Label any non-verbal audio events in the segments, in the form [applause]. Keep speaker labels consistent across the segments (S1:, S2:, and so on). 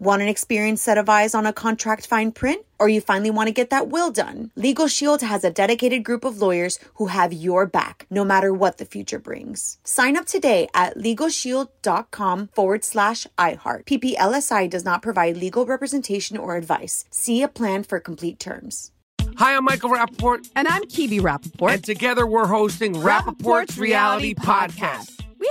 S1: Want an experienced set of eyes on a contract fine print? Or you finally want to get that will done? Legal Shield has a dedicated group of lawyers who have your back, no matter what the future brings. Sign up today at LegalShield.com forward slash iHeart. PPLSI does not provide legal representation or advice. See a plan for complete terms.
S2: Hi, I'm Michael Rappaport.
S3: And I'm Kibi Rappaport.
S2: And together we're hosting Rappaport's, Rappaport's Reality, Reality Podcast. Podcast.
S3: We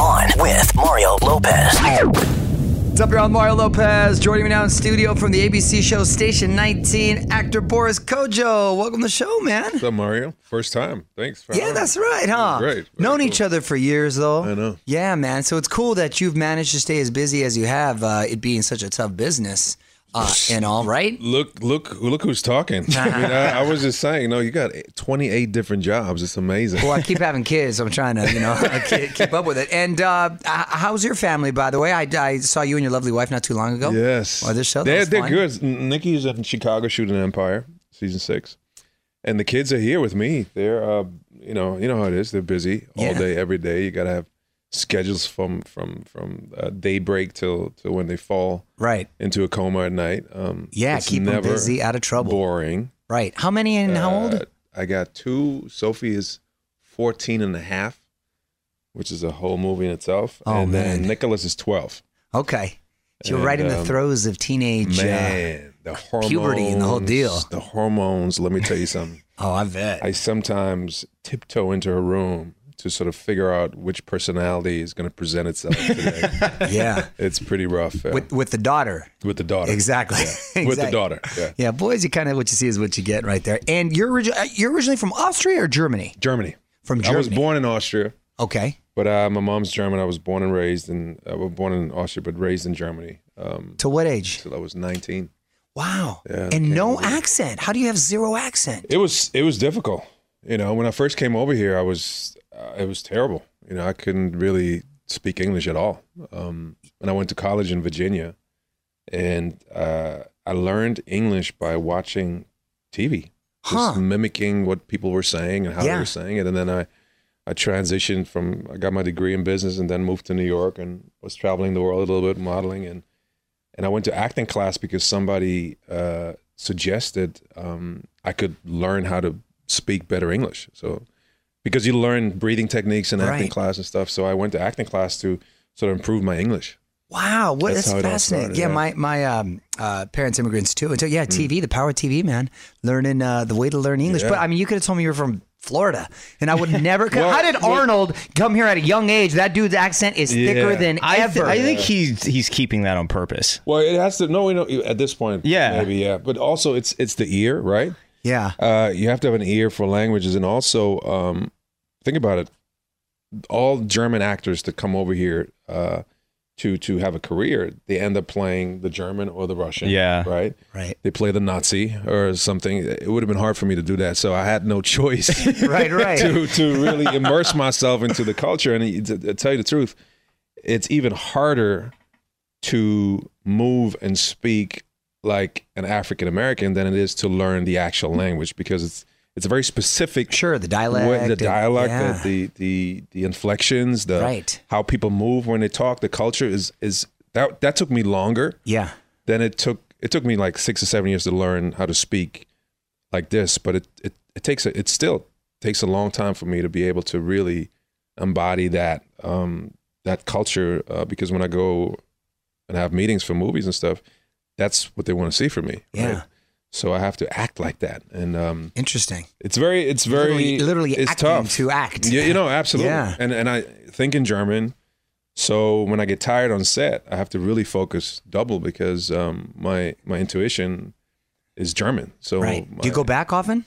S4: on with Mario Lopez.
S5: What's up, y'all? Mario Lopez joining me now in studio from the ABC show Station 19. Actor Boris Kojo, welcome to the show, man.
S6: What's up, Mario? First time. Thanks.
S5: yeah,
S6: having
S5: that's
S6: me.
S5: right, huh?
S6: Great. Very
S5: Known
S6: cool.
S5: each other for years, though.
S6: I know.
S5: Yeah, man. So it's cool that you've managed to stay as busy as you have. Uh, it being such a tough business uh, and all, right?
S6: Look, look, look
S5: [laughs]
S6: who's talking. [laughs] I mean, I, I was just saying, you know, you got 28 different jobs. It's amazing.
S5: Well, Oh, I keep having kids. So I'm trying to, you know, [laughs] ke- keep up with it. And uh, h- how's your family, by the way? I, I saw you and your lovely wife not too long ago.
S6: Yes.
S5: On this show. That
S6: They're,
S5: was
S6: they're
S5: fun.
S6: good. Nikki's in Chicago shooting Empire season six, and the kids are here with me. They're, uh, you know, you know how it is. They're busy all
S5: Yeah.
S6: day, every day. You got to have schedules from from from uh, daybreak till till when they fall
S5: Right.
S6: into a coma at night. Um,
S5: Yeah,
S6: it's
S5: keep 'em
S6: never
S5: busy, out of trouble.
S6: Boring.
S5: Right. How many and how old?
S6: Uh, I got two. Sophie is 14 and a half, which is a whole movie in itself.
S5: Oh,
S6: and
S5: man.
S6: then Nicholas is 12.
S5: Okay. So you're
S6: And,
S5: right in the
S6: um,
S5: throes of teenage. uh,
S6: Man, the hormones.
S5: puberty and the whole deal.
S6: The hormones, let me tell
S5: [laughs]
S6: you something.
S5: oh, I bet.
S6: I sometimes tiptoe into her room to sort of figure out which personality is going to present itself today.
S5: [laughs] yeah.
S6: it's pretty rough. yeah.
S5: With with the daughter.
S6: With the daughter.
S5: Exactly.
S6: With the
S5: Exactly.
S6: daughter. Yeah.
S5: Yeah, boys, you kind of what you see is what you get right there. And you're origi- uh, you're originally from Austria or Germany?
S6: Germany.
S5: From
S6: I was
S5: Germany.
S6: born in Austria.
S5: Okay.
S6: But uh, my mom's German. I was born and raised in. I was born in Austria, but raised in Germany. Um,
S5: To what age?
S6: till I was 19.
S5: Wow.
S6: Yeah,
S5: and
S6: can't
S5: no
S6: believe it.
S5: accent. How do you have zero accent?
S6: It was it was difficult. You know, when I first came over here, I was uh, it was terrible. You know, I couldn't really speak English at all. Um, and I went to college in Virginia, and uh, I learned English by watching TV,
S5: Huh.
S6: just mimicking what people were saying and how
S5: Yeah.
S6: they were saying it. And then I I transitioned from I got my degree in business and then moved to New York and was traveling the world a little bit modeling and and I went to acting class because somebody uh, suggested um, I could learn how to speak better English. So because you learn breathing techniques in acting
S5: Right.
S6: class and stuff, so I went to acting class to sort of improve my English.
S5: Wow, what,
S6: That's
S5: that's,
S6: how it all
S5: fascinating.
S6: started,
S5: yeah,
S6: yeah. Mm.
S5: my my um, uh, parents immigrants too. And so yeah, TV, the power of TV, man, learning uh, the way to learn English.
S6: Yeah.
S5: But I mean, you could have told me you were from Florida, and I would
S6: [laughs]
S5: never.
S6: Well,
S5: how did
S6: well-
S5: Arnold come here at a young age? That dude's accent is thicker
S6: Yeah.
S5: than
S7: I, th-
S5: ever.
S7: I think he's he's keeping that on purpose.
S6: Well, it has to no, you know, at this point,
S7: Yeah.
S6: maybe, yeah. But also, it's it's the ear, right?
S5: yeah,
S6: Uh, you have to have an ear for languages, and also um, think about it. All German actors that come over here uh, to to have a career, they end up playing the German or the Russian.
S7: Yeah.
S6: right.
S5: right,
S6: They play the Nazi or something. It would have been hard for me to do that, so I had no [laughs] choice
S5: right, [laughs] right.
S6: [laughs] to to really immerse myself into the culture. And to, to tell you the truth, it's even harder to move and speak like an African American than it is to learn the actual language because it's it's a very specific
S5: Sure, the dialect,
S6: way- the
S5: and-
S6: dialect,
S5: yeah.
S6: the, the the the inflections, the
S5: Right.
S6: how people move when they talk, the culture is is that that took me longer
S5: yeah,
S6: then it took it took me like six or seven years to learn how to speak like this but it it, it takes a, it still takes a long time for me to be able to really embody that um, that culture uh, because when I go and have meetings for movies and stuff, that's what they want to see from me.
S5: Yeah.
S6: Right? So I have to act like that, and um,
S5: Interesting.
S6: it's very, it's very,
S5: Literally- literally
S6: it's
S5: acting
S6: tough
S5: to act.
S6: Yeah, you know, absolutely.
S5: Yeah.
S6: And and I think in German, so when I get tired on set, I have to really focus double because um, my my intuition is German. So
S5: right.
S6: Oh my-
S5: Do you go back often?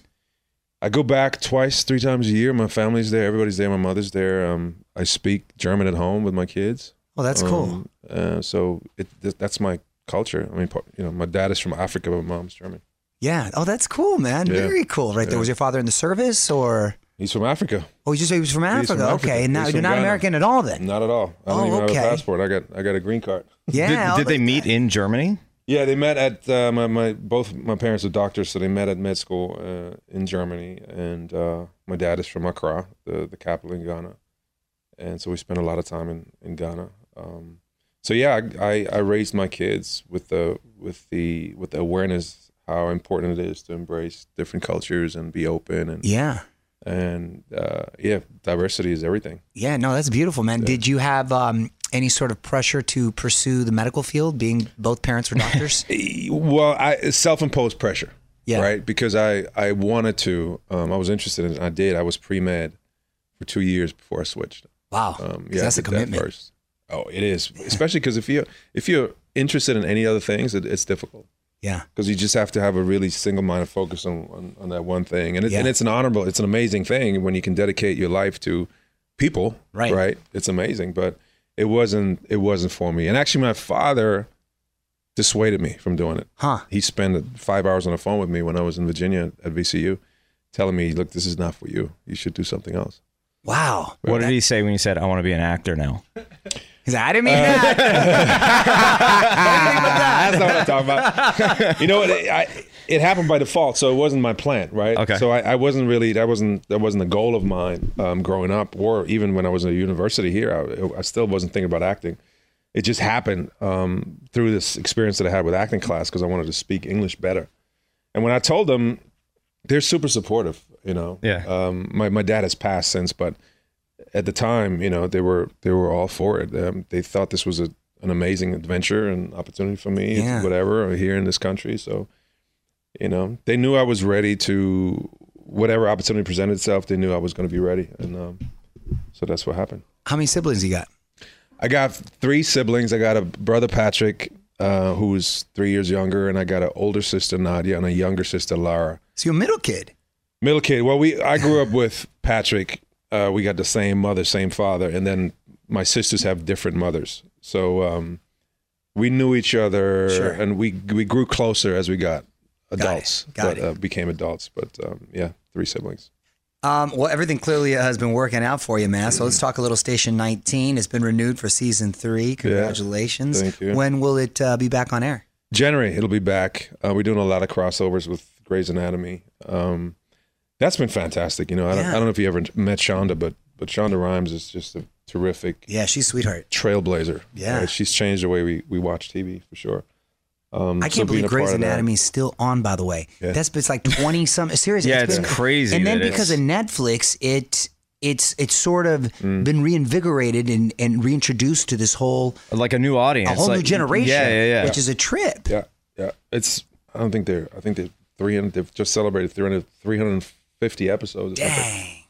S6: I go back twice, three times a year. My family's there, everybody's there. My mother's there. Um, I speak German at home with my kids.
S5: Oh, that's cool.
S6: Um, Uh, so it, th- that's my culture. I mean, part- you know, my dad is from Africa, but my mom's German.
S5: Yeah. Oh, that's cool, man.
S6: Yeah.
S5: Very cool. Right there. Was your father in the service or?
S6: He's from Africa.
S5: Oh, you just he was from
S6: He's
S5: Africa.
S6: from Africa.
S5: Okay. And now
S6: He's
S5: you're
S6: from
S5: not
S6: Ghana.
S5: American at all then.
S6: Not at all. I don't
S5: Oh,
S6: even
S5: okay.
S6: have a passport. I got I got a green card.
S5: Yeah.
S7: did, did
S5: oh,
S7: they meet in Germany?
S6: Yeah, they met at uh, my my both my parents are doctors, so they met at med school uh, in Germany, and uh, my dad is from Accra, the the capital in Ghana, and so we spent a lot of time in in Ghana. Um, so yeah, I, I I raised my kids with the with the with the awareness how important it is to embrace different cultures and be open and
S5: Yeah.
S6: and uh, yeah, diversity is everything.
S5: Yeah. No, that's beautiful, man. Did you have um, any sort of pressure to pursue the medical field, being both parents were
S6: [laughs]
S5: doctors?
S6: Um, well i it's self-imposed pressure
S5: Yeah.
S6: right because i i wanted to um i was interested in it i did i was pre-med for two years before i switched
S5: wow.
S6: um
S5: 'Cause
S6: I
S5: that's a
S6: did that
S5: commitment.
S6: first. oh it is especially because if you if you're interested in any other things it, it's difficult
S5: yeah.
S6: because you just have to have a really single-minded focus on on, on that one thing and, it,
S5: Yeah.
S6: and it's an honorable it's an amazing thing when you can dedicate your life to people
S5: Right.
S6: right it's amazing but it wasn't it wasn't for me and actually my father dissuaded me from doing it
S5: Huh.
S6: he spent five hours on the phone with me when I was in Virginia at VCU, telling me, "Look, this is not for you. You should do something else."
S5: Wow.
S7: What did he say when you said, I want to be an actor now?
S5: He's like, I didn't
S6: Uh,
S5: mean that.
S6: [laughs]
S5: [laughs]
S6: That's not what I'm talking
S7: [laughs]
S6: about. you know what? It, I, it happened by default, so it wasn't my plan, right?
S7: Okay.
S6: So I, I wasn't really that wasn't that wasn't a goal of mine um, growing up, or even when I was at university here, I, I still wasn't thinking about acting. It just happened um, through this experience that I had with acting class because I wanted to speak English better. And when I told them, they're super supportive. You know,
S7: Yeah.
S6: Um, my my dad has passed since, but at the time, you know, they were they were all for it. Um, they thought this was a, an amazing adventure and opportunity for me,
S5: Yeah.
S6: whatever, here in this country. So, you know, they knew I was ready to whatever opportunity presented itself. They knew I was going to be ready, and um, so that's what happened.
S5: How many siblings you got?
S6: I got three siblings. I got a brother Patrick, uh, who's three years younger, and I got an older sister Nadia and a younger sister Lara.
S5: So you're a middle kid.
S6: Middle kid. Well, we I grew up with Patrick. Uh, we got the same mother, same father, and then my sisters have different mothers. So um, we knew each other,
S5: Sure.
S6: and we we grew closer as we got adults.
S5: it. Got
S6: that, Uh, became adults, but um, yeah, three siblings.
S5: Um, well, everything clearly has been working out for you, man. So let's talk a little Station 19. It's been renewed for season three. Congratulations.
S6: Thank you.
S5: When will it uh, be back on air?
S6: January, it'll be back. Uh, we're doing a lot of crossovers with Grey's Anatomy. Um, that's been fantastic. You know, I don't,
S5: Yeah.
S6: I don't know if you ever met Shonda, but but Shonda Rhimes is just a terrific
S5: Yeah, she's sweetheart.
S6: trailblazer.
S5: Yeah.
S6: Uh, she's changed the way we, we watch TV for sure. Um,
S5: I can't
S6: so being
S5: believe
S6: a part
S5: Grey's
S6: of that-
S5: Anatomy is still on, by the way.
S6: Yeah.
S5: That's it's like 20 some. Seriously.
S7: Yeah, it's
S5: been-
S7: crazy
S5: And then
S7: that
S5: because of
S7: it's-
S5: Netflix, it. It's it's sort of
S6: Mm.
S5: been reinvigorated and, and reintroduced to this whole
S7: Like a new audience.
S5: a whole
S7: like-
S5: new generation,
S7: Yeah, yeah, yeah.
S5: which is a trip.
S6: Yeah, yeah. It's I don't think they're I think they're 300 they've just celebrated 300 350 episodes. or something.
S5: Dang,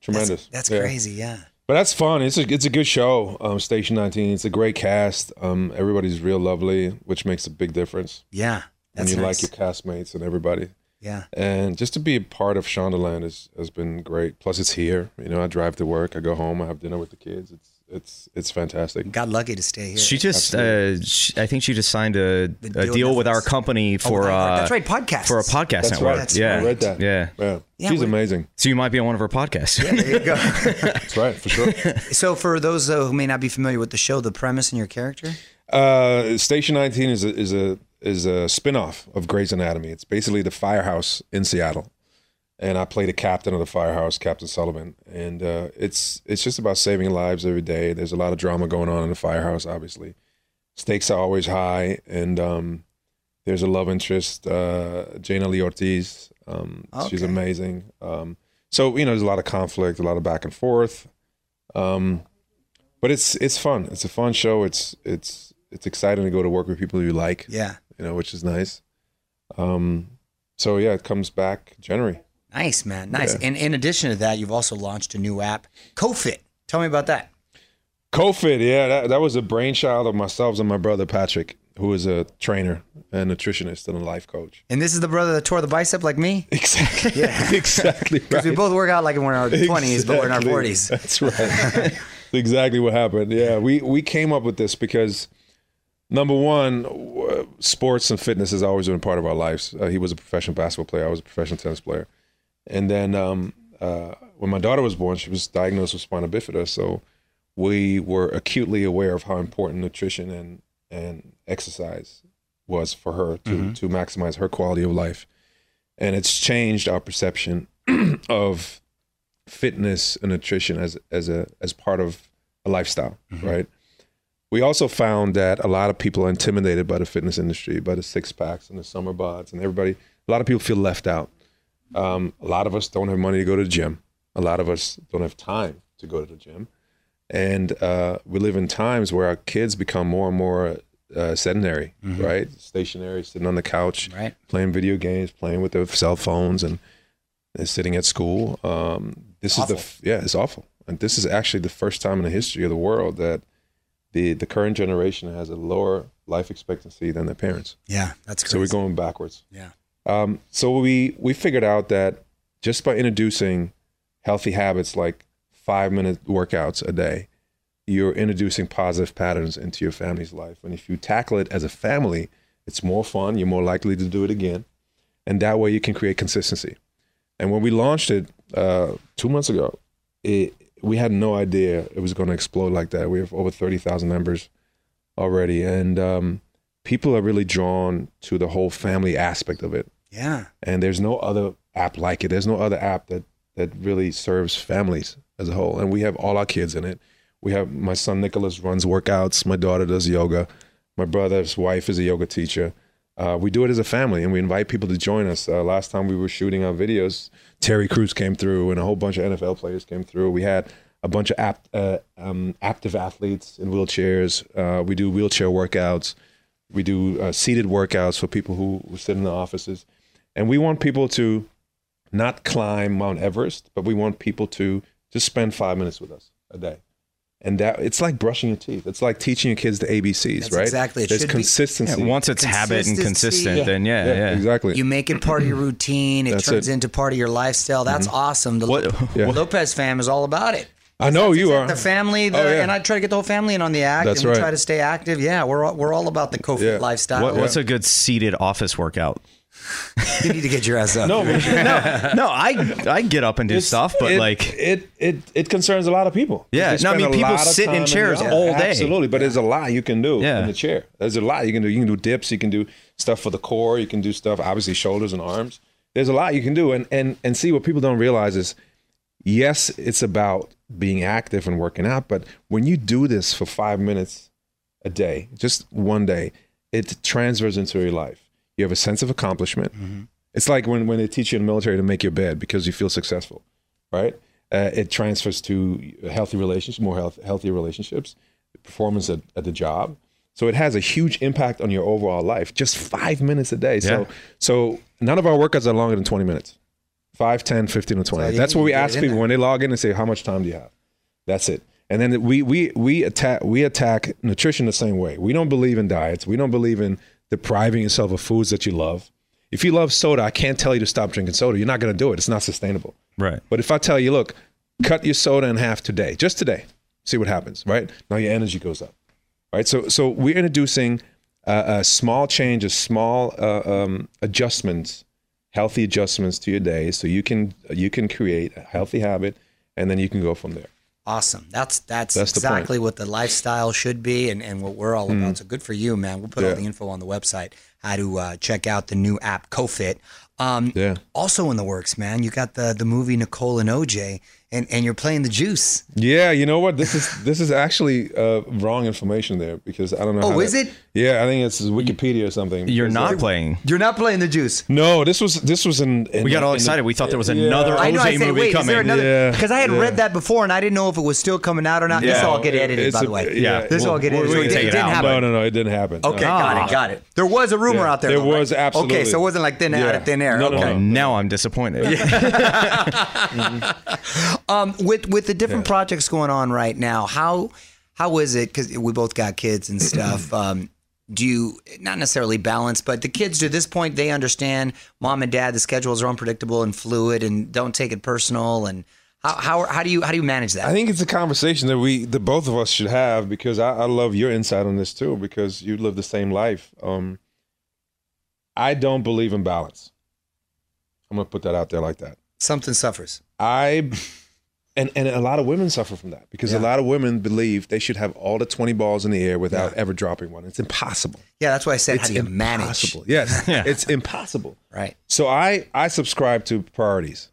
S6: Tremendous.
S5: that's
S6: Yeah.
S5: crazy. Yeah,
S6: But that's fun. It's a, it's a good show. Um, Station 19. It's a great cast. Um, everybody's real lovely, which makes a big difference.
S5: yeah,
S6: And
S5: that's
S6: you
S5: nice.
S6: like your castmates and everybody.
S5: yeah,
S6: And just to be a part of Shondaland has, has been great. Plus, it's here. You know, I drive to work, I go home, I have dinner with the kids. It's it's it's fantastic.
S5: got lucky to stay here.
S7: She just, uh, she, I think she just signed a, a
S5: deal with
S7: deal, with our
S5: Netflix.
S7: company for uh,
S5: that's right, podcasts.
S7: for a podcast
S6: That's
S7: network.
S6: right.
S5: That's
S7: yeah,
S6: I read that.
S7: yeah.
S6: Yeah.
S5: Yeah,
S6: She's
S5: we-
S6: amazing.
S7: So you might be on one of her podcasts.
S5: [laughs] There you
S6: [laughs]
S5: go.
S6: That's right,
S5: [laughs]
S6: for sure.
S5: so, for those uh, who may not be familiar with the show, the premise and your character,
S6: Uh, Station 19 is a, is a is a spin-off of Grey's Anatomy. It's basically the firehouse in Seattle. And I play the captain of the firehouse, Captain Sullivan, and uh, it's it's just about saving lives every day. There's a lot of drama going on in the firehouse, obviously. Stakes are always high, and um, there's a love interest, uh, Jana Lee Ortiz. Um, She's
S5: Okay.
S6: amazing. Um, so you know, there's a lot of conflict, a lot of back and forth. Um, but it's it's fun. It's a fun show. It's it's it's exciting to go to work with people you like.
S5: Yeah.
S6: You know, which is nice. Um, so yeah, it comes back January.
S5: Nice, man. Nice.
S6: Yeah.
S5: And in addition to that, you've also launched a new app, CoFit. Tell me about that.
S6: COVID, yeah, that, that was a brainchild of myself and my brother Patrick, who is a trainer and nutritionist and a life coach. [laughs]
S5: And this is the brother that tore the bicep like me.
S6: Exactly.
S5: Yeah. [laughs]
S6: [laughs] exactly.
S5: Because we
S6: right.
S5: both work out like we're in
S6: [laughs]
S5: our 20s, but we're in our
S6: Exactly.
S5: 40s.
S6: [laughs] That's right. [laughs] That's exactly what happened. Yeah, we we came up with this because number one, w- sports and fitness has always been part of our lives. Uh, he was a professional basketball player. I was a professional tennis player. And then um, uh, when my daughter was born, she was diagnosed with spina bifida. So we were acutely aware of how important nutrition and and exercise was for her to
S5: Mm-hmm.
S6: to maximize her quality of life. And it's changed our perception of fitness and nutrition as as a as part of a lifestyle, right? We also found that a lot of people are intimidated by the fitness industry, by the six packs and the summer bods, and everybody. A lot of people feel left out. Um, a lot of us don't have money to go to the gym. A lot of us don't have time to go to the gym, and uh, we live in times where our kids become more and more uh, sedentary, right? Stationary, sitting on the couch,
S5: Right.
S6: playing video games, playing with their cell phones, and is sitting at school. Um, this
S5: Awful.
S6: is the yeah, it's awful. And this is actually the first time in the history of the world that the the current generation has a lower life expectancy than their parents.
S5: Yeah, that's crazy.
S6: So we're going backwards.
S5: Yeah.
S6: Um, so we we figured out that just by introducing healthy habits like five minute workouts a day, you're introducing positive patterns into your family's life. And if you tackle it as a family, it's more fun. You're more likely to do it again, and that way you can create consistency. And when we launched it uh, two months ago, it we had no idea it was going to explode like that. We have over thirty thousand members already, and um, people are really drawn to the whole family aspect of it.
S5: Yeah.
S6: And there's no other app like it. There's no other app that that really serves families as a whole. And we have all our kids in it. We have my son Nicholas runs workouts. My daughter does yoga. My brother's wife is a yoga teacher. Uh, we do it as a family, and we invite people to join us. Uh, last time we were shooting our videos, Terry Crews came through, and a whole bunch of NFL players came through. We had a bunch of apt, uh, um, active athletes in wheelchairs. Uh, we do wheelchair workouts. We do uh, seated workouts for people who, who sit in the offices. And we want people to not climb Mount Everest, but we want people to just spend five minutes with us a day. And that it's like brushing your teeth. It's like teaching your kids the ABCs,
S5: That's
S6: right?
S5: exactly. It
S6: There's
S5: should be-
S6: consistency.
S7: Yeah, [laughs] once it's habit and
S5: Consistency.
S7: consistent, then yeah, yeah.
S6: exactly.
S5: You make it part of your routine. It
S6: That's
S5: turns
S6: it. Mm-hmm.
S5: into part of your lifestyle. That's awesome. The
S7: What-
S5: Lo-
S6: Yeah.
S5: Lopez fam is all about it.
S6: I know you are.
S5: The family, the,
S6: Oh, yeah.
S5: and I try to get the whole family in on the act.
S6: That's
S5: and we
S6: right.
S5: try to stay active. Yeah, we're all, we're all about the COVID
S6: Yeah.
S5: lifestyle.
S7: What, What's a good seated office workout?
S5: you need to get your ass up.
S6: no, but-
S7: [laughs] No, I I get up and do
S6: It's-
S7: stuff, but
S6: it-
S7: like
S6: it it it concerns a lot of people.
S7: Yeah,
S6: They
S7: no, I
S6: spend
S7: mean,
S6: a
S7: people
S6: lot of
S7: sit in
S6: time the
S7: chairs
S6: office.
S7: all day.
S6: Absolutely, but there's a lot you can do
S7: Yeah.
S6: in the chair. There's a lot you can do. You can do dips. You can do stuff for the core. You can do stuff obviously shoulders and arms. There's a lot you can do, and and and see what people don't realize is, yes, it's about being active and working out, but when you do this for five minutes a day, just one day, it transfers into your life. You have a sense of accomplishment. It's like when, when they teach you in the military to make your bed because you feel successful, right? Uh, it transfers to healthy relationships, more health, healthier relationships, performance at, at the job. So it has a huge impact on your overall life. Just five minutes a day. So
S7: Yeah.
S6: so none of our workouts are longer than 20 minutes. 5, 10, 15, or 20.
S5: you
S6: That's
S5: need
S6: what
S5: to
S6: we
S5: get
S6: ask
S5: in
S6: people
S5: there.
S6: when they log in and say, how much time do you have? That's it. And then we we we attack we attack nutrition the same way. We don't believe in diets. We don't believe in depriving yourself of foods that you love. If you love soda, I can't tell you to stop drinking soda. You're not going to do it. It's not sustainable.
S7: right.
S6: But if I tell you, look, cut your soda in half today, just today, see what happens, right? Now your energy goes up, right? So, so we're introducing uh, a small changes, small uh, um, adjustments, healthy adjustments to your day, so you can you can create a healthy habit, and then you can go from there.
S5: Awesome. That's that's,
S6: That's the point. Hmm.
S5: exactly what the lifestyle should be and, and what we're all about. So good for you, man. We'll put all
S6: Yeah.
S5: the info on the website how to uh, check out the new app CoFit. Um,
S6: Yeah.
S5: Also in the works, man. You got the the movie Nicole and OJ. and and you're playing the juice.
S6: Yeah, you know what? This is this is actually uh, wrong information there because I don't know.
S5: Oh,
S6: how
S5: is
S6: that-
S5: it?
S6: Yeah, I think it's Wikipedia or something.
S7: You're
S6: because,
S7: not
S6: like-
S7: playing.
S5: You're not playing the juice.
S6: No, this was this was in. in
S7: We got all
S6: in the-
S7: excited. We thought there was another
S6: Yeah.
S5: I know. I
S7: Jose
S5: said,
S7: movie
S5: wait, is there
S7: coming.
S5: another?
S6: Yeah,
S5: Because I had
S6: yeah.
S5: read that before, and I didn't know if it was still coming out or not. This
S6: Yeah.
S5: all get edited,
S6: It's
S5: by
S6: a-
S5: the way.
S6: yeah.
S5: this all get edited.
S6: We're- we're
S5: So
S6: gonna
S5: it
S6: take
S7: it
S5: didn't
S7: out.
S5: happen.
S6: No, no, no, it didn't happen. Uh,
S5: Okay,
S6: No.
S5: got it, got it. There was a rumor
S6: Ah. Yeah.
S5: out there.
S6: There
S5: though, right?
S6: was absolutely.
S5: Okay, so it wasn't like then out
S6: Yeah.
S5: of thin air.
S6: No, no,
S5: okay.
S6: no.
S7: Now I'm disappointed.
S5: Um, with with the different projects going on right now, how how is it? Because we both got kids
S6: [clears throat]
S5: and stuff. Um, do you not necessarily balance, but the kids to this point they understand mom and dad. The schedules are unpredictable and fluid, and don't take it personal. And how how, how do you how do you manage that?
S6: I think it's a conversation that we, the both of us, should have because I, I love your insight on this too because you live the same life. Um, I don't believe in balance. I'm gonna put that out there like that.
S5: Something suffers. [laughs]
S6: I and and a lot of women suffer from that because a lot of women believe they should have all the 20 balls in the air without ever dropping one. It's impossible.
S5: Yeah, that's why I said
S6: it's
S5: how do you
S6: impossible.
S5: manage? [laughs]
S6: Yes. It's impossible.
S5: Right.
S6: So I I subscribe to priorities.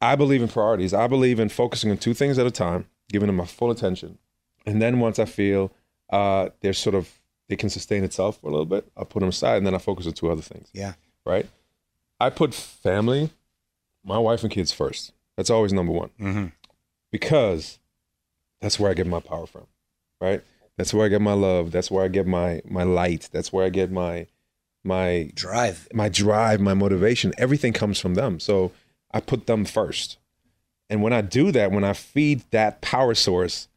S6: I believe in priorities. I believe in focusing on two things at a time, giving them my full attention, and then once I feel uh, they're sort of they can sustain itself for a little bit, I put them aside, and then I focus on two other things.
S5: Yeah.
S6: Right. I put family, my wife and kids first. That's always number one because that's where I get my power from. Right. That's where I get my love. That's where I get my my light. That's where I get my my
S5: Drive.
S6: my drive, my motivation, everything comes from them. So I put them first. And when I do that, when I feed that power source,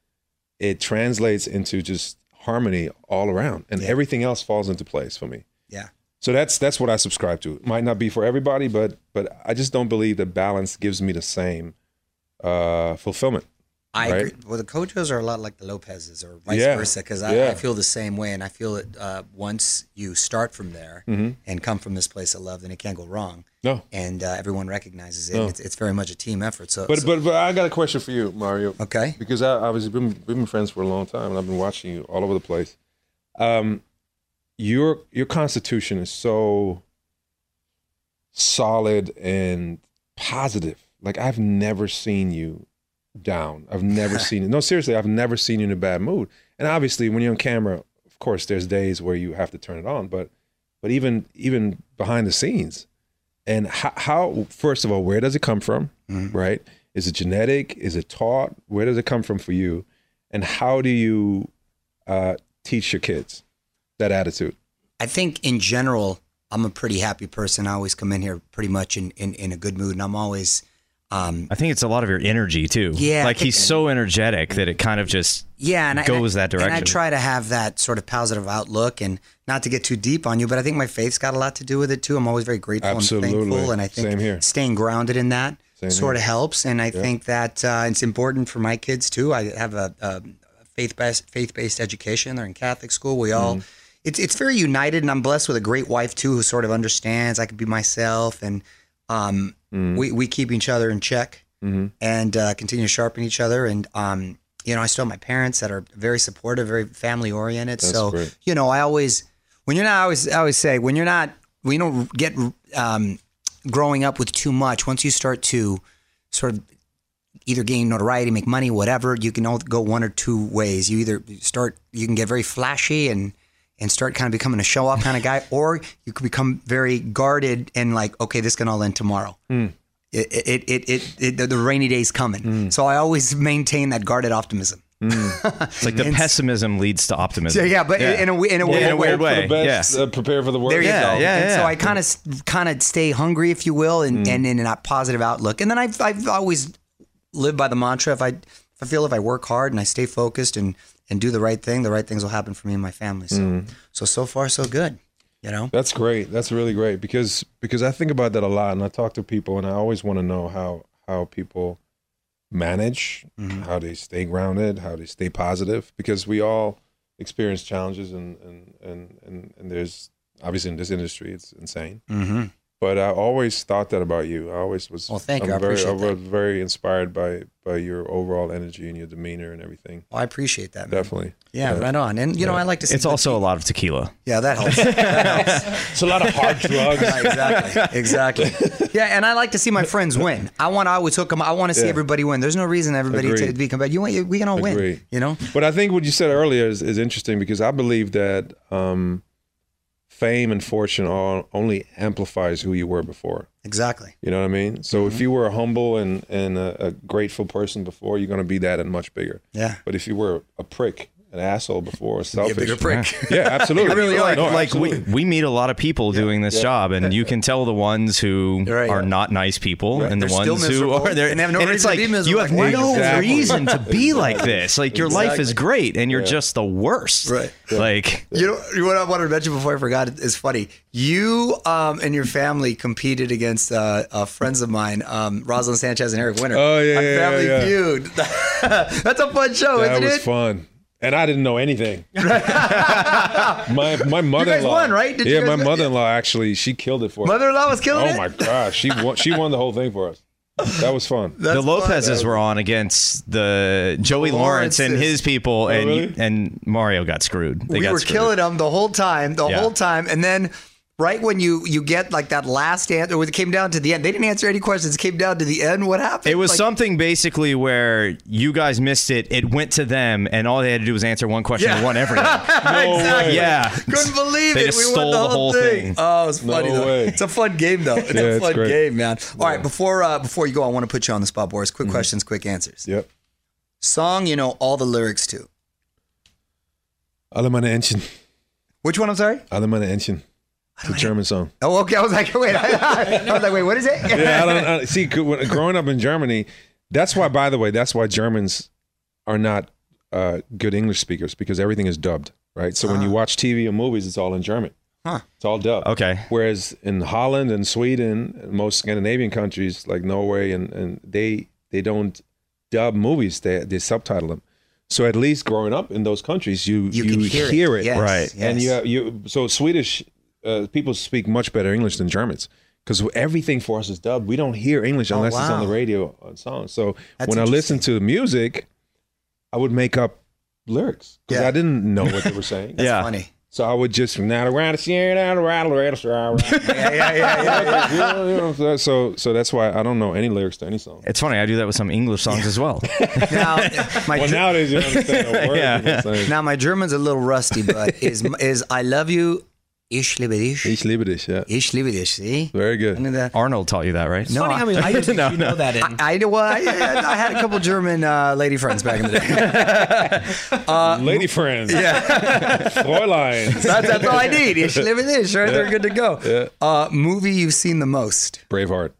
S6: it translates into just harmony all around and everything else falls into place for me.
S5: Yeah.
S6: So that's that's what I subscribe to. It might not be for everybody, but but I just don't believe that balance gives me the same uh fulfillment.
S5: I
S6: Right.
S5: agree. Well, the Cojos are a lot like the Lopez's or vice
S6: Yeah.
S5: versa because I, I
S6: Yeah.
S5: feel the same way. And I feel that uh, once you start from there
S6: Mm-hmm.
S5: and come from this place of love, then it can't go wrong.
S6: No.
S5: And uh, everyone recognizes it.
S6: No.
S5: It's, it's very much a team effort. So,
S6: Oh. But
S5: so-
S6: but but I got a question for you, Mario.
S5: okay.
S6: because I obviously been we've been friends for a long time, and I've been watching you all over the place. Um, your your constitution is so solid and positive. Like I've never seen you down. I've never seen you. No, seriously, I've never seen you in a bad mood. And obviously, when you're on camera, of course, there's days where you have to turn it on. But but even even behind the scenes, and how, how first of all, where does it come from? Right? Is it genetic? Is it taught? Where does it come from for you? And how do you uh, teach your kids that attitude?
S5: I think in general, I'm a pretty happy person. I always come in here pretty much in, in, in a good mood. And I'm always, um,
S7: I think it's a lot of your energy too.
S5: Yeah.
S7: Like he's so energetic that it kind of just
S5: yeah, and I- and I,
S7: goes that
S5: And I
S7: direction.
S5: try to have that sort of positive outlook, and not to get too deep on you, but I think my faith's got a lot to do with it too. I'm always very grateful
S6: Absolutely.
S5: and thankful, and I think
S6: Same here.
S5: staying grounded in that
S6: Same
S5: sort of
S6: here.
S5: helps. And I think that uh, it's important for my kids too. I have a, a faith based faith based education. They're in Catholic school. We all.
S6: Mm-hmm.
S5: It's, it's very united, and I'm blessed with a great wife too, who sort of understands. I can be myself, and um,
S6: Mm.
S5: we we keep each other in check
S6: Mm-hmm.
S5: and uh, continue to sharpen each other. And um, you know, I still have my parents that are very supportive, very family oriented. So
S6: great.
S5: you know, I always when you're not, I always I always say when you're not, we don't get um, growing up with too much. Once you start to sort of either gain notoriety, make money, whatever, you can all go one or two ways. You either start, you can get very flashy and and start kind of becoming a show off kind of
S7: [laughs]
S5: guy, or you could become very guarded and like, okay, this can all end tomorrow.
S7: Hmm.
S5: It, it, it, it, it, the- the rainy day's coming.
S7: Hmm.
S5: So I always maintain that guarded optimism.
S7: it's like the pessimism leads to
S5: So
S7: optimism.
S5: yeah, but in a, in a,
S7: Yeah, in a weird
S6: Hope for
S7: way.
S6: the best,
S7: Yeah.
S6: uh, prepare for the worst.
S5: There you
S7: Yeah,
S5: go.
S7: yeah,
S5: and so
S7: yeah.
S5: I kind of kind of stay hungry, if you will, and
S6: Mm.
S5: and in a positive outlook. And then I've I've always lived by the mantra: if I if I feel if I work hard and I stay focused and and do the right thing, the right things will happen for me and my family. So
S6: Mm.
S5: so so far so good. You know.
S6: That's great. That's really great because because I think about that a lot, and I talk to people, and I always want to know how how people manage,
S5: Mm-hmm.
S6: how they stay grounded, how they stay positive, because we all experience challenges, and and and and, and there's obviously in this industry it's insane.
S5: Mm-hmm.
S6: But I always thought that about you. I always was.
S5: Well, thank
S6: I'm
S5: you. I
S6: very,
S5: appreciate that.
S6: was very inspired by by your overall energy and your demeanor and everything.
S5: Well, I appreciate that. Man.
S6: Definitely.
S5: Mm-hmm. Yeah, right on. And you know, I like to. See
S7: It's
S5: good
S7: also a
S5: people.
S7: lot of tequila.
S5: Yeah, that
S6: [laughs]
S5: helps.
S6: It's a lot of hard drugs.
S5: Right, exactly.
S6: [laughs]
S5: Exactly. Yeah, and I like to see my friends win. I want to always hook them. I want to see
S6: Yeah.
S5: everybody win. There's no reason everybody to
S6: Agreed.
S5: be compared. You, want- we can all win.
S6: Agreed.
S5: You know.
S6: But I think what you said earlier is, is interesting because I believe that um, fame and fortune all, only amplifies who you were before.
S5: Exactly.
S6: You know what I mean? So
S5: Mm-hmm.
S6: if you were a humble and, and a, a grateful person before, you're going to be that and much bigger.
S5: Yeah.
S6: But if you were a prick, an asshole before, selfish,
S5: bigger prick.
S6: [laughs] Yeah, absolutely.
S5: really are.
S7: like,
S6: No,
S7: like we,
S6: Oh, absolutely.
S7: we meet a lot of people doing this job, and
S6: [laughs]
S7: you can tell the ones who
S5: Right,
S7: are
S5: yeah.
S7: not nice people and the
S5: They're still
S7: ones who
S5: miserable
S7: are there.
S5: and have no
S7: it's
S5: reason
S7: like
S5: to be
S7: you
S5: miserable.
S7: have
S5: Like,
S7: no
S6: Exactly.
S7: reason to
S6: [laughs]
S7: be like this. Like your life is great, and you're just the worst.
S5: Right.
S7: Like
S5: You know you know what I wanted to mention before I forgot is funny. You um, and your family competed against uh, uh, friends of mine, um, Rosalind Sanchez and Eric Winter.
S6: Oh, yeah,
S5: on
S6: yeah,
S5: Family
S6: yeah, yeah.
S5: Feud. [laughs] That's a fun show,
S6: That
S5: isn't
S6: was
S5: it?
S6: fun. And I didn't
S5: [laughs]
S6: know anything. my my mother in law
S5: won, right? Did you
S6: yeah,
S5: guys
S6: my
S5: win?
S6: mother in law actually she killed it for us.
S5: Mother-in-law was killing
S6: Oh
S5: it.
S6: my gosh, she won she won the whole thing for us. That was fun.
S7: the Lopez's were on against the Joey Lawrence, and
S5: Lawrences.
S7: his people, and
S6: Oh, really?
S7: and Mario got screwed. They
S5: we
S7: got
S5: were
S7: screwed.
S5: killing them the whole time, the
S7: Yeah.
S5: whole time, and then right when you you get like that last answer, when it came down to the end, they didn't answer any questions. It came down to the end. What happened?
S7: It was
S5: Like,
S7: something basically where you guys missed it. It went to them, and all they had to do was answer one question.
S5: Yeah.
S7: and
S5: [laughs]
S7: won everything.
S5: exactly.
S7: Yeah.
S5: [laughs] Couldn't believe
S7: They
S5: it.
S7: just
S5: we won
S7: stole
S5: the
S7: the
S5: whole,
S7: whole
S5: thing.
S7: thing.
S5: Oh, it's funny
S6: No
S5: though.
S6: way.
S5: It's a fun game though. It's
S6: Yeah,
S5: a
S6: it's
S5: fun
S6: great.
S5: game, man. All right, before uh, before you go, I want to put you on the spot, Boris. Quick questions, quick answers.
S6: Yep.
S5: Song you know all the lyrics to.
S6: Alemane Enchen.
S5: Which one? I'm sorry.
S6: Alemane Enchen. It's a German song.
S5: Oh, okay. I was like, [laughs] wait. I, was like, wait. What is it?
S6: [laughs] Yeah, I don't I, see. g- When, growing up in Germany, that's why. By the way, that's why Germans are not uh, good English speakers because everything is dubbed, right? So when you watch TV and movies, it's all in German.
S5: Ah. Huh.
S6: It's all dubbed.
S7: Okay.
S6: Whereas in Holland and Sweden, and most Scandinavian countries like Norway and, and they they don't dub movies; they they subtitle them. So at least growing up in those countries, you
S5: [laughs] You
S6: you,
S5: can hear it. Yes,
S7: Right.
S6: And you
S5: yes.
S6: have, you so Swedish uh, people speak much better English than Germans because everything for us is dubbed. We don't hear English
S5: Oh,
S6: unless it's on
S5: wow.
S6: the radio on songs. So
S5: That's
S6: when I listen to the music, I would make up lyrics because
S5: Yeah.
S6: I didn't know what they were
S5: [laughs]
S6: saying.
S5: That's
S7: Yeah.
S5: funny.
S6: So I would just now around the now around
S5: [laughs]
S6: around.
S5: Yeah, yeah, yeah, yeah.
S6: [laughs] So so that's why I don't know any lyrics to any song.
S7: It's funny. I do that with some English songs as well.
S5: now, my
S6: Well,
S5: Ger-
S6: nowadays
S5: [laughs]
S6: you understand a word.
S7: Yeah.
S6: people are saying.
S5: now my German's a little rusty, but is is I love you, ich liebe dich,
S6: Ich liebe dich. Yeah.
S5: ich liebe dich. See,
S6: Very
S5: Look
S6: good.
S5: at that.
S7: Arnold taught you that, right?
S5: No,
S8: Funny
S5: I-
S8: how many
S7: [laughs]
S8: languages you know that in.
S5: I, I, well, I, I had a couple German uh, lady friends back in the day.
S6: Uh, Lady friends. Yeah. [laughs] Fräulein.
S5: [laughs] That's, that's all I need. You should live in this, right? They're good to go. Uh, movie you've seen the most?
S6: Braveheart.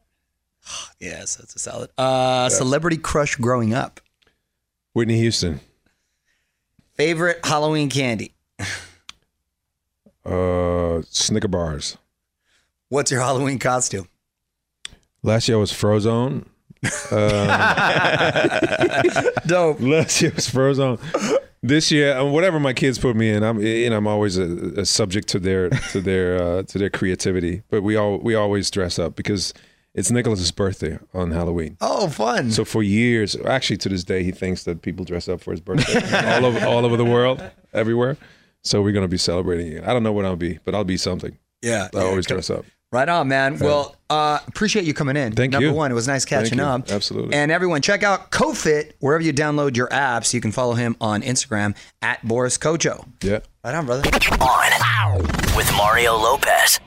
S5: Yes, that's a solid. Uh, Celebrity crush growing up.
S6: Whitney Houston.
S5: Favorite Halloween candy?
S6: Uh, Snicker bars.
S5: What's your Halloween costume?
S6: Last year was Frozone. [laughs]
S5: Dope.
S6: Last year was Frozone. This year, uh, whatever my kids put me in, I'm and I'm always a, a subject to their to their uh, to their creativity. But we all we always dress up because it's Nicholas's birthday on Halloween.
S5: Oh, fun.
S6: So for years, actually to this day, he thinks that people dress up for his birthday [laughs] all over all over the world, everywhere. So we're gonna be celebrating it. I don't know what I'll be, but I'll be something.
S5: yeah.
S6: I always dress up.
S5: Right on, man. Well, uh, appreciate you coming in.
S6: Thank
S5: Number
S6: you.
S5: one, it was nice
S6: Thank
S5: catching
S6: you.
S5: up.
S6: Absolutely.
S5: And everyone, check out CoFit wherever you download your apps. You can follow him on Instagram at Boris Kojo.
S6: Yeah.
S5: Right on, brother.
S4: On with Mario Lopez.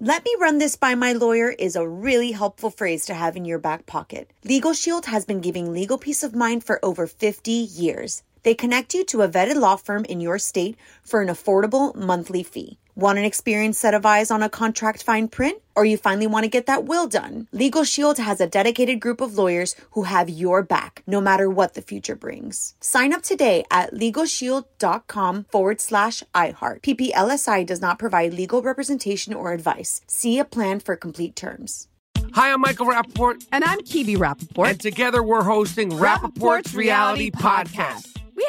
S1: Let me run this by my lawyer is a really helpful phrase to have in your back pocket. Legal Shield has been giving legal peace of mind for over 50 years. They connect you to a vetted law firm in your state for an affordable monthly fee. Want an experienced set of eyes on a contract fine print? Or you finally want to get that will done? Legal Shield has a dedicated group of lawyers who have your back, no matter what the future brings. Sign up today at LegalShield.com forward slash iHeart. PPLSI does not provide legal representation or advice. See a plan for complete terms.
S2: Hi, I'm Michael Rappaport,
S3: And I'm Kibi Rappaport.
S2: and together we're hosting Rappaport's Reality Podcast.
S3: We